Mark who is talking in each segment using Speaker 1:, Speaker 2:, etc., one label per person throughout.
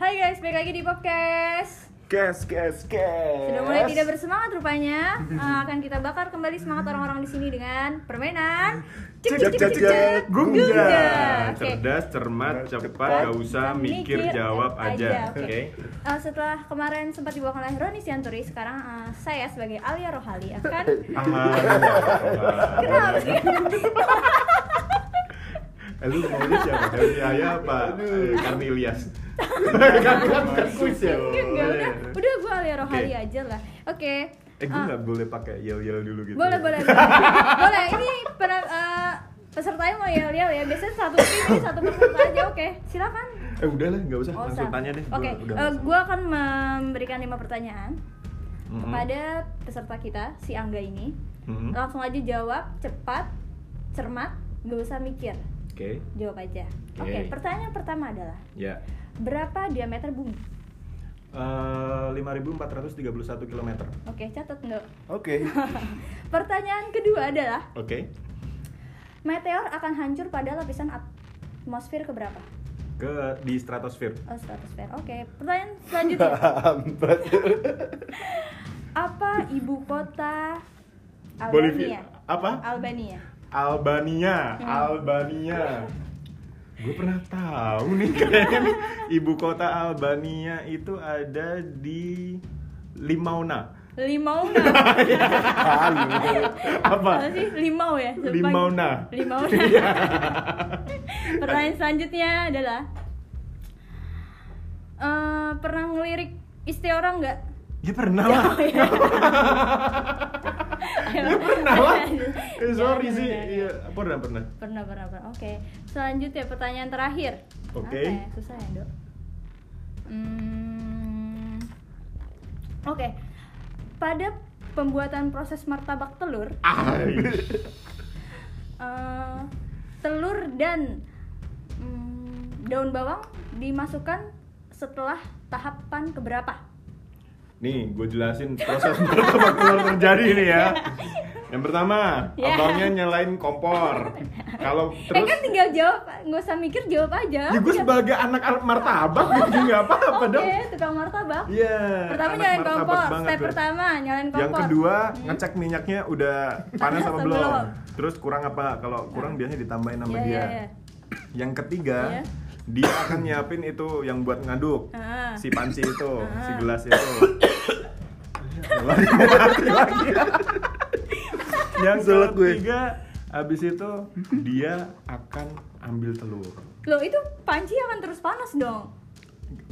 Speaker 1: Hai guys, balik lagi di podcast.
Speaker 2: Gas, gas, gas.
Speaker 1: Sudah mulai tidak bersemangat rupanya. Eh, akan kita bakar kembali semangat orang-orang di sini dengan permainan
Speaker 2: Cek, cek, cek, cek,
Speaker 1: gungja.
Speaker 2: gungja.
Speaker 1: Oke.
Speaker 3: Cerdas, cermat,
Speaker 2: Cepat,
Speaker 3: cepat, gak usah mikir, jawab aja,
Speaker 1: Oke.
Speaker 3: oke?
Speaker 1: Eh, setelah kemarin sempat dibawakan oleh Roni Sianturi, sekarang eh, saya sebagai Alia Rohali akan
Speaker 3: Aman.
Speaker 1: kenal.
Speaker 3: Eh, lu maunya siapa? Dari Yaya apa? Eh, Kan Cornelius.
Speaker 1: Kan
Speaker 3: ya?
Speaker 1: Enggak, Kan enggak, udah, udah gue Alia Rohali
Speaker 3: Oke.
Speaker 1: aja lah. Oke.
Speaker 3: Eh, gue
Speaker 1: Eh,
Speaker 3: nggak boleh pakai yel-yel dulu gitu.
Speaker 1: boleh boleh boleh Boleh, ini pena, eh, pesertanya mau ya lihat ya biasanya satu tim ini satu peserta aja oke silakan
Speaker 3: Eh, udah lah, nggak usah. Langsung
Speaker 1: Oke,
Speaker 3: tanya deh. Gua
Speaker 1: Oke,
Speaker 3: udah
Speaker 1: eh,
Speaker 3: nggak
Speaker 1: gua akan memberikan lima pertanyaan
Speaker 3: Mhm.
Speaker 1: kepada Oh. peserta kita si Angga ini.
Speaker 3: Mhm.
Speaker 1: Langsung aja jawab cepat, cermat, gak usah mikir,
Speaker 3: usah. Oke,
Speaker 1: jawab aja. Oke,
Speaker 3: Oke.
Speaker 1: pertanyaan pertama adalah
Speaker 3: ya.
Speaker 1: berapa diameter bumi?
Speaker 3: Eh, 5.431 km.
Speaker 1: Oke, catat nggak?
Speaker 2: Oke.
Speaker 1: Pertanyaan kedua adalah
Speaker 3: Oke.
Speaker 1: meteor akan hancur pada lapisan atmosfer keberapa?
Speaker 3: Ke di stratosfer.
Speaker 1: Oh, stratosfer. Oke, pertanyaan selanjutnya.
Speaker 2: Berat.
Speaker 1: Apa ibu kota
Speaker 3: Bolivia.
Speaker 1: Albania?
Speaker 3: Apa?
Speaker 1: Albania.
Speaker 3: Albania,
Speaker 1: Hmm.
Speaker 3: Albania. Gue pernah tahu nih kayaknya nih. Ibu kota Albania itu ada di Limauna.
Speaker 1: Limauna.
Speaker 2: Halu.
Speaker 1: Nah. Apa
Speaker 3: Apa? Nah. Iya.
Speaker 1: sih? Limau ya? Lupa.
Speaker 3: Limauna.
Speaker 1: Limauna. Pertanyaan selanjutnya adalah eh, pernah ngelirik istri orang nggak?
Speaker 3: Ya pernah lah. Ya pernah lah.
Speaker 1: Iya,
Speaker 3: Eh, sorry
Speaker 1: Jangan,
Speaker 3: sih.
Speaker 1: jangan,
Speaker 3: Iya,
Speaker 1: jangan.
Speaker 3: pernah pernah.
Speaker 1: Pernah, pernah, pernah. Oke. Selanjutnya pertanyaan terakhir.
Speaker 3: Oke.
Speaker 1: Apa ya? Susah ya, Dok. Hmm. Oke. Pada pembuatan proses martabak telur,
Speaker 3: Ah. Aish.
Speaker 1: eh, telur dan mm, daun bawang dimasukkan setelah tahapan keberapa?
Speaker 3: Nih, gue jelasin proses martabak telur terjadi ini
Speaker 1: Iya.
Speaker 3: ya. Yang pertama,
Speaker 1: Ya.
Speaker 3: abangnya nyalain kompor. Kalau
Speaker 1: Eh
Speaker 3: terus
Speaker 1: kan tinggal jawab, nggak usah mikir jawab aja.
Speaker 3: Ya gue sebagai anak ar- martabak jadi nggak apa-apa
Speaker 1: Oke,
Speaker 3: dong.
Speaker 1: tukang martabak.
Speaker 3: Iya.
Speaker 1: Pertama
Speaker 3: anak
Speaker 1: nyalain
Speaker 3: martabak
Speaker 1: kompor,
Speaker 3: banget
Speaker 1: step
Speaker 3: gue.
Speaker 1: pertama nyalain kompor. Hmm.
Speaker 3: Yang kedua ngecek minyaknya udah panas apa
Speaker 1: Atau
Speaker 3: belum.
Speaker 1: belum.
Speaker 3: Terus kurang apa? Kalau kurang biasanya ditambahin sama
Speaker 1: Iya,
Speaker 3: dia.
Speaker 1: iya, iya.
Speaker 3: Yang ketiga
Speaker 1: Iya.
Speaker 3: dia akan nyiapin itu yang buat ngaduk.
Speaker 1: Ah.
Speaker 3: Si panci itu,
Speaker 1: Ah.
Speaker 3: si gelas itu. Ya Allah, ini mau mati lagi. yang
Speaker 2: Selek gue.
Speaker 3: ketiga habis itu dia akan ambil telur.
Speaker 1: Loh itu panci akan terus panas dong.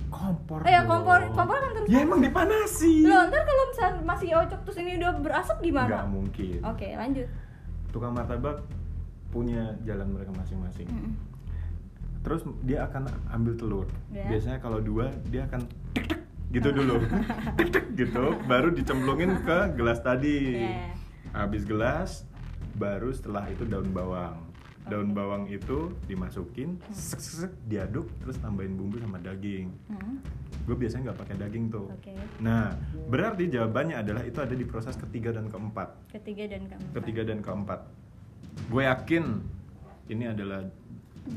Speaker 3: Kompor.
Speaker 1: Eh ya,
Speaker 3: dong.
Speaker 1: kompor, kompor kan terus.
Speaker 3: Ya emang dipanasi.
Speaker 1: Loh ntar kalau misal masih ocok terus ini udah berasap
Speaker 3: Nggak
Speaker 1: gimana?
Speaker 3: mungkin.
Speaker 1: Oke lanjut.
Speaker 3: Tukang martabak punya jalan mereka masing-masing.
Speaker 1: Mm-mm.
Speaker 3: Terus dia akan ambil telur.
Speaker 1: Ya. Hmm.
Speaker 3: Biasanya kalau dua dia akan tek-tek gitu dulu. Tek-tek gitu baru dicemplungin ke gelas tadi.
Speaker 1: Ya.
Speaker 3: Habis gelas baru setelah itu daun bawang. Daun bawang itu dimasukin,
Speaker 1: Hmm.
Speaker 3: sek, sek, sek, diaduk, terus tambahin bumbu sama daging.
Speaker 1: Mm.
Speaker 3: Gue biasanya nggak pakai daging tuh.
Speaker 1: Oke.
Speaker 3: Nah, berarti jawabannya adalah itu ada di proses ketiga dan keempat.
Speaker 1: Ketiga dan keempat.
Speaker 3: ketiga dan keempat. Gue yakin ini adalah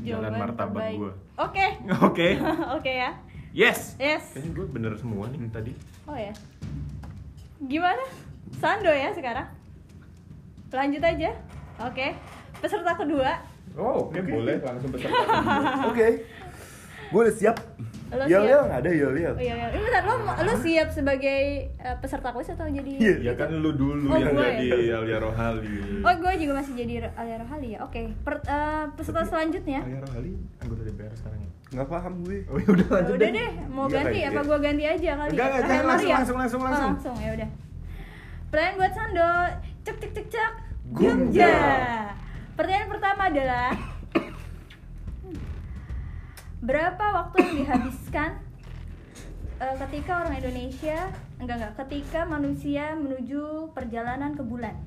Speaker 3: jalan
Speaker 1: Jawaban
Speaker 3: martabak
Speaker 1: terbaik.
Speaker 3: gue.
Speaker 1: Oke.
Speaker 3: Oke,
Speaker 1: Oke ya.
Speaker 3: yes.
Speaker 1: Yes.
Speaker 3: Kayaknya gue bener semua nih tadi.
Speaker 1: Oh ya. Gimana? Sando ya sekarang. Lanjut aja. Oke. Peserta kedua.
Speaker 3: Oh, oke boleh langsung peserta.
Speaker 2: Oke. Gue udah siap.
Speaker 1: Lo
Speaker 2: Yel
Speaker 1: siap?
Speaker 2: yel nggak ada yel yel.
Speaker 1: Oh, iya, iya. Ini bentar, lo, lo siap sebagai eh, peserta kuis atau jadi
Speaker 2: Iya,
Speaker 3: ya kan lu dulu
Speaker 1: Oh,
Speaker 3: yang
Speaker 1: gue.
Speaker 3: jadi Alia Rohali.
Speaker 1: Oh, gue juga masih jadi Alia Rohali ya. Oke, per- eh, peserta selanjutnya.
Speaker 3: Alia Rohali anggota DPR sekarang ya.
Speaker 2: Nggak paham gue.
Speaker 3: Oh ya udah
Speaker 1: Ya
Speaker 3: lanjut
Speaker 1: udah deh, mau
Speaker 2: Iya,
Speaker 1: ganti ya?
Speaker 2: kayak
Speaker 1: apa
Speaker 2: gitu.
Speaker 1: gue ganti aja kali. ya?
Speaker 3: Enggak, enggak, jangan
Speaker 1: Eh,
Speaker 3: langsung,
Speaker 1: Maria.
Speaker 3: langsung, langsung,
Speaker 1: Oh,
Speaker 3: langsung.
Speaker 1: langsung ya udah. Pertanyaan buat Sando, cek cek cek cek.
Speaker 3: Gumja.
Speaker 1: Gumja. Pertanyaan pertama adalah berapa waktu yang dihabiskan eh, ketika orang Indonesia enggak enggak ketika manusia menuju perjalanan ke bulan?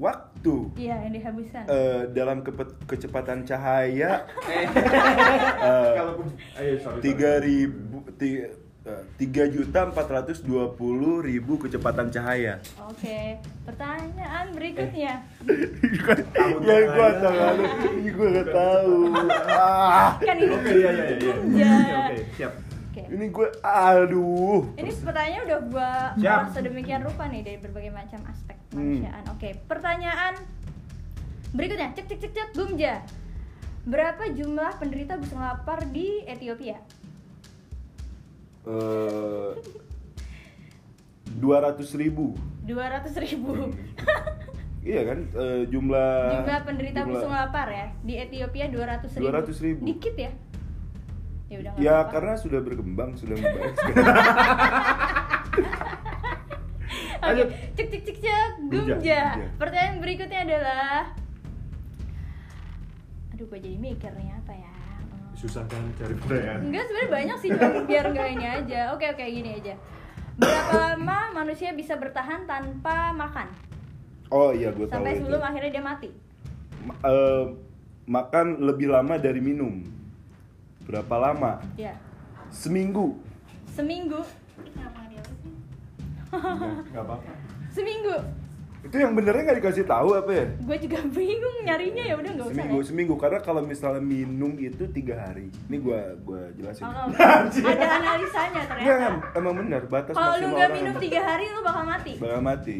Speaker 2: Waktu
Speaker 1: Iya, yang dihabiskan.
Speaker 2: eh, dalam kepe- kecepatan cahaya
Speaker 3: Eh,
Speaker 2: eh,
Speaker 3: Kalaupun ayo sorry.
Speaker 2: tiga ribu eh, tiga juta empat ratus dua puluh ribu kecepatan cahaya.
Speaker 1: Oke, pertanyaan berikutnya.
Speaker 3: Eh.
Speaker 2: ya gue tahu, gue nggak tahu. Ah.
Speaker 1: Kan ini
Speaker 3: Oke, iya iya iya.
Speaker 1: Iya.
Speaker 3: Oke, oke, siap.
Speaker 1: Oke.
Speaker 2: Ini gue aduh.
Speaker 1: Ini pertanyaannya udah gua
Speaker 3: Siap. Hmm.
Speaker 1: olah sedemikian rupa nih dari berbagai macam aspek kemanusiaan. Oke, pertanyaan berikutnya. Cek cek cek cek Bumja. Berapa jumlah penderita busung lapar di Ethiopia?
Speaker 2: Eh, Dua ratus ribu.
Speaker 1: 200.000 ribu.
Speaker 2: Iya kan eh, jumlah.
Speaker 1: Jumlah penderita busung lapar ya di Ethiopia 200.000 ribu.
Speaker 2: 200.000.
Speaker 1: Dikit ya? Ya udah nggak
Speaker 2: Ya
Speaker 1: apa-apa.
Speaker 2: karena sudah berkembang sudah membaik.
Speaker 1: Oke,
Speaker 3: Lanjut.
Speaker 1: cek cek cek cek
Speaker 3: Gumja,
Speaker 1: Gumja.
Speaker 3: Gumja.
Speaker 1: Pertanyaan berikutnya adalah Aduh, gue jadi mikirnya apa ya? Hmm.
Speaker 3: Susah kan cari
Speaker 2: Hmm.
Speaker 3: pertanyaan.
Speaker 1: Enggak sebenarnya banyak sih cuma biar enggak ini aja. Oke oke gini aja. Berapa lama manusia bisa bertahan tanpa makan?
Speaker 2: oh iya gue tahu.
Speaker 1: Sampai
Speaker 2: itu.
Speaker 1: sebelum akhirnya dia mati.
Speaker 2: Ma- eh, makan lebih lama dari minum. Berapa lama?
Speaker 1: Ya.
Speaker 2: Seminggu.
Speaker 1: Seminggu.
Speaker 3: Enggak apa-apa.
Speaker 1: Seminggu.
Speaker 2: Itu yang benernya nggak dikasih tahu apa ya?
Speaker 1: Gue juga bingung nyarinya ya udah enggak usah.
Speaker 2: seminggu
Speaker 1: ya.
Speaker 2: seminggu karena kalau misalnya minum itu tiga hari. Ini gue gue jelasin.
Speaker 1: Oh, ada analisanya
Speaker 2: Iya kan,
Speaker 1: ternyata.
Speaker 2: emang benar batas
Speaker 1: Kalau lu
Speaker 2: maksimal
Speaker 1: nggak
Speaker 2: orang
Speaker 1: minum
Speaker 2: emang
Speaker 1: tiga hari lu bakal mati.
Speaker 2: bakal mati.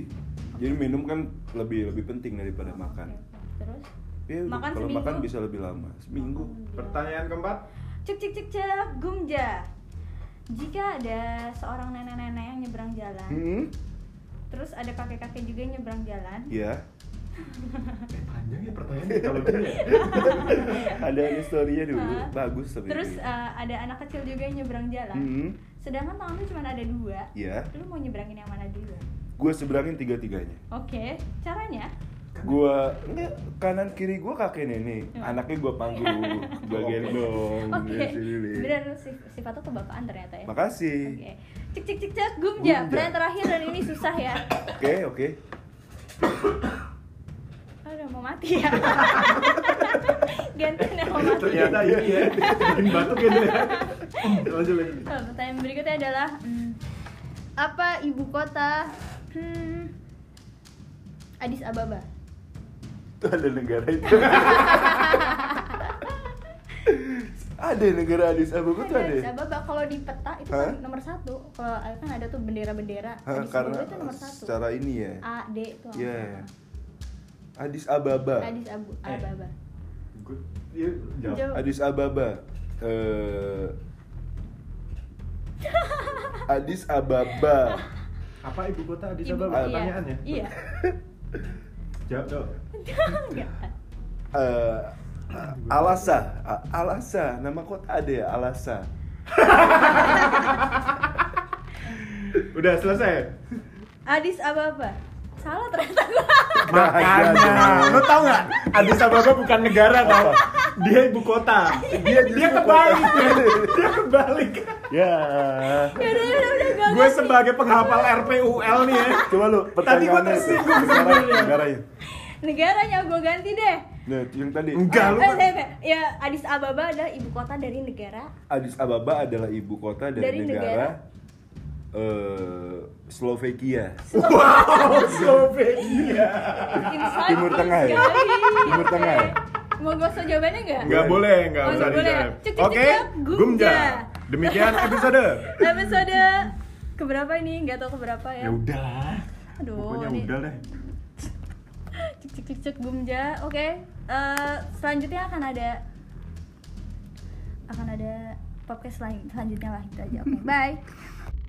Speaker 2: Jadi minum kan lebih lebih penting daripada makan.
Speaker 1: Oh, Terus?
Speaker 2: Ya,
Speaker 1: Makan
Speaker 2: kalau
Speaker 1: seminggu.
Speaker 2: makan bisa lebih lama, seminggu.
Speaker 3: Pertanyaan keempat.
Speaker 1: Cek cek cek cek Gumja. Jika ada seorang nenek-nenek yang nyebrang jalan,
Speaker 2: Hmm,
Speaker 1: terus ada kakek-kakek juga yang nyebrang jalan,
Speaker 2: ya.
Speaker 3: Eh, panjang ya pertanyaannya kalau gini ya.
Speaker 2: Ada historinya dulu,
Speaker 1: Hah?
Speaker 2: bagus tapi.
Speaker 1: terus
Speaker 2: ini.
Speaker 1: eh, ada anak kecil juga yang nyebrang jalan,
Speaker 2: Hmm,
Speaker 1: sedangkan tangan lu cuma ada dua,
Speaker 2: ya.
Speaker 1: lu mau nyebrangin yang mana dulu?
Speaker 2: Gue seberangin tiga tiganya.
Speaker 1: Oke, caranya?
Speaker 2: Gua enggak kanan kiri gua kakek nenek,
Speaker 1: Ya.
Speaker 2: anaknya gua panggul, gua
Speaker 3: Oke.
Speaker 2: gendong.
Speaker 1: Oke,
Speaker 2: dari sini nih.
Speaker 1: benar sif- sifatnya kebapaan ternyata ya.
Speaker 2: Makasih.
Speaker 1: Oke, cek cek cek cek Gumja,
Speaker 2: Gumja.
Speaker 1: pertanyaan terakhir dan ini susah ya.
Speaker 2: Oke, oke.
Speaker 1: Aduh mau mati ya. Gantian yang mau mati.
Speaker 3: Ternyata ini ya. Bikin batuk gitu ya. Lanjut lagi.
Speaker 1: Oh, pertanyaan berikutnya adalah hmm, apa ibu kota hmm, Addis Ababa?
Speaker 2: Itu ada negara itu. ada negara Addis Ababa tuh ada.
Speaker 1: Addis
Speaker 2: ya?
Speaker 1: Ababa kalau di peta itu kan
Speaker 2: Hah?
Speaker 1: nomor satu. Kalau kan ada tuh bendera-bendera.
Speaker 2: Hah,
Speaker 1: Addis
Speaker 2: karena
Speaker 1: Ababa itu nomor satu.
Speaker 2: secara ini ya.
Speaker 1: A D itu. apa?
Speaker 2: Iya. Addis Ababa.
Speaker 1: Ah. Eh, Addis Abu Ababa.
Speaker 3: Gue ya, jawab.
Speaker 1: Jawab.
Speaker 2: Addis Ababa. Eh Addis Ababa.
Speaker 3: Apa ibu kota Addis
Speaker 1: Ibu-
Speaker 3: Ababa
Speaker 1: iya.
Speaker 3: pertanyaannya?
Speaker 1: Iya.
Speaker 3: ya? Jawab dong.
Speaker 1: Enggak.
Speaker 2: Eh Alasa, A- Alasa, nama kota ada ya Alasa.
Speaker 3: Udah selesai.
Speaker 1: Addis Ababa. Salah ternyata gua.
Speaker 3: iya, Makanya, lo tau gak? Addis Ababa bukan negara tau Dia ibu kota Dia, dia kebalik Dia kebalik
Speaker 2: Ya.
Speaker 1: Ya udah ya udah udah gua
Speaker 3: Gue
Speaker 1: ngerti.
Speaker 3: sebagai penghafal RPUL nih ya
Speaker 2: Coba lu
Speaker 3: Tadi gua
Speaker 2: pertanyaannya itu,
Speaker 3: tersinggung
Speaker 2: negara,
Speaker 3: sebenarnya.
Speaker 2: negaranya.
Speaker 1: negaranya gua ganti deh.
Speaker 2: Nah, yang tadi.
Speaker 3: Enggak lu
Speaker 1: Eh,
Speaker 2: kan-
Speaker 1: eh, eh, ya Addis Ababa adalah ibu kota dari negara
Speaker 2: Addis Ababa adalah ibu kota dari,
Speaker 1: Dari
Speaker 2: negara, eh, Slovakia.
Speaker 3: Wow, Slovakia
Speaker 1: Insight
Speaker 2: Timur Tengah ya?
Speaker 1: sekali.
Speaker 2: Timur Tengah ya?
Speaker 1: Oke. Mau gosok jawabannya nggak?
Speaker 3: Enggak boleh, enggak
Speaker 1: Oh,
Speaker 3: usah
Speaker 1: nggak boleh.
Speaker 3: dijawab
Speaker 1: Cuk, cuk, cuk,
Speaker 3: Oke,
Speaker 1: cuk, Gumja.
Speaker 3: Gumja Demikian episode
Speaker 1: Episode keberapa ini? Nggak tahu keberapa ya?
Speaker 3: Ya udahlah
Speaker 1: Aduh,
Speaker 3: Pokoknya
Speaker 1: ini
Speaker 3: udah deh
Speaker 1: cek cek cek cek gumja. Oke, eh, selanjutnya akan ada akan ada podcast lain selanjutnya lah itu aja. gitu Oke, bye.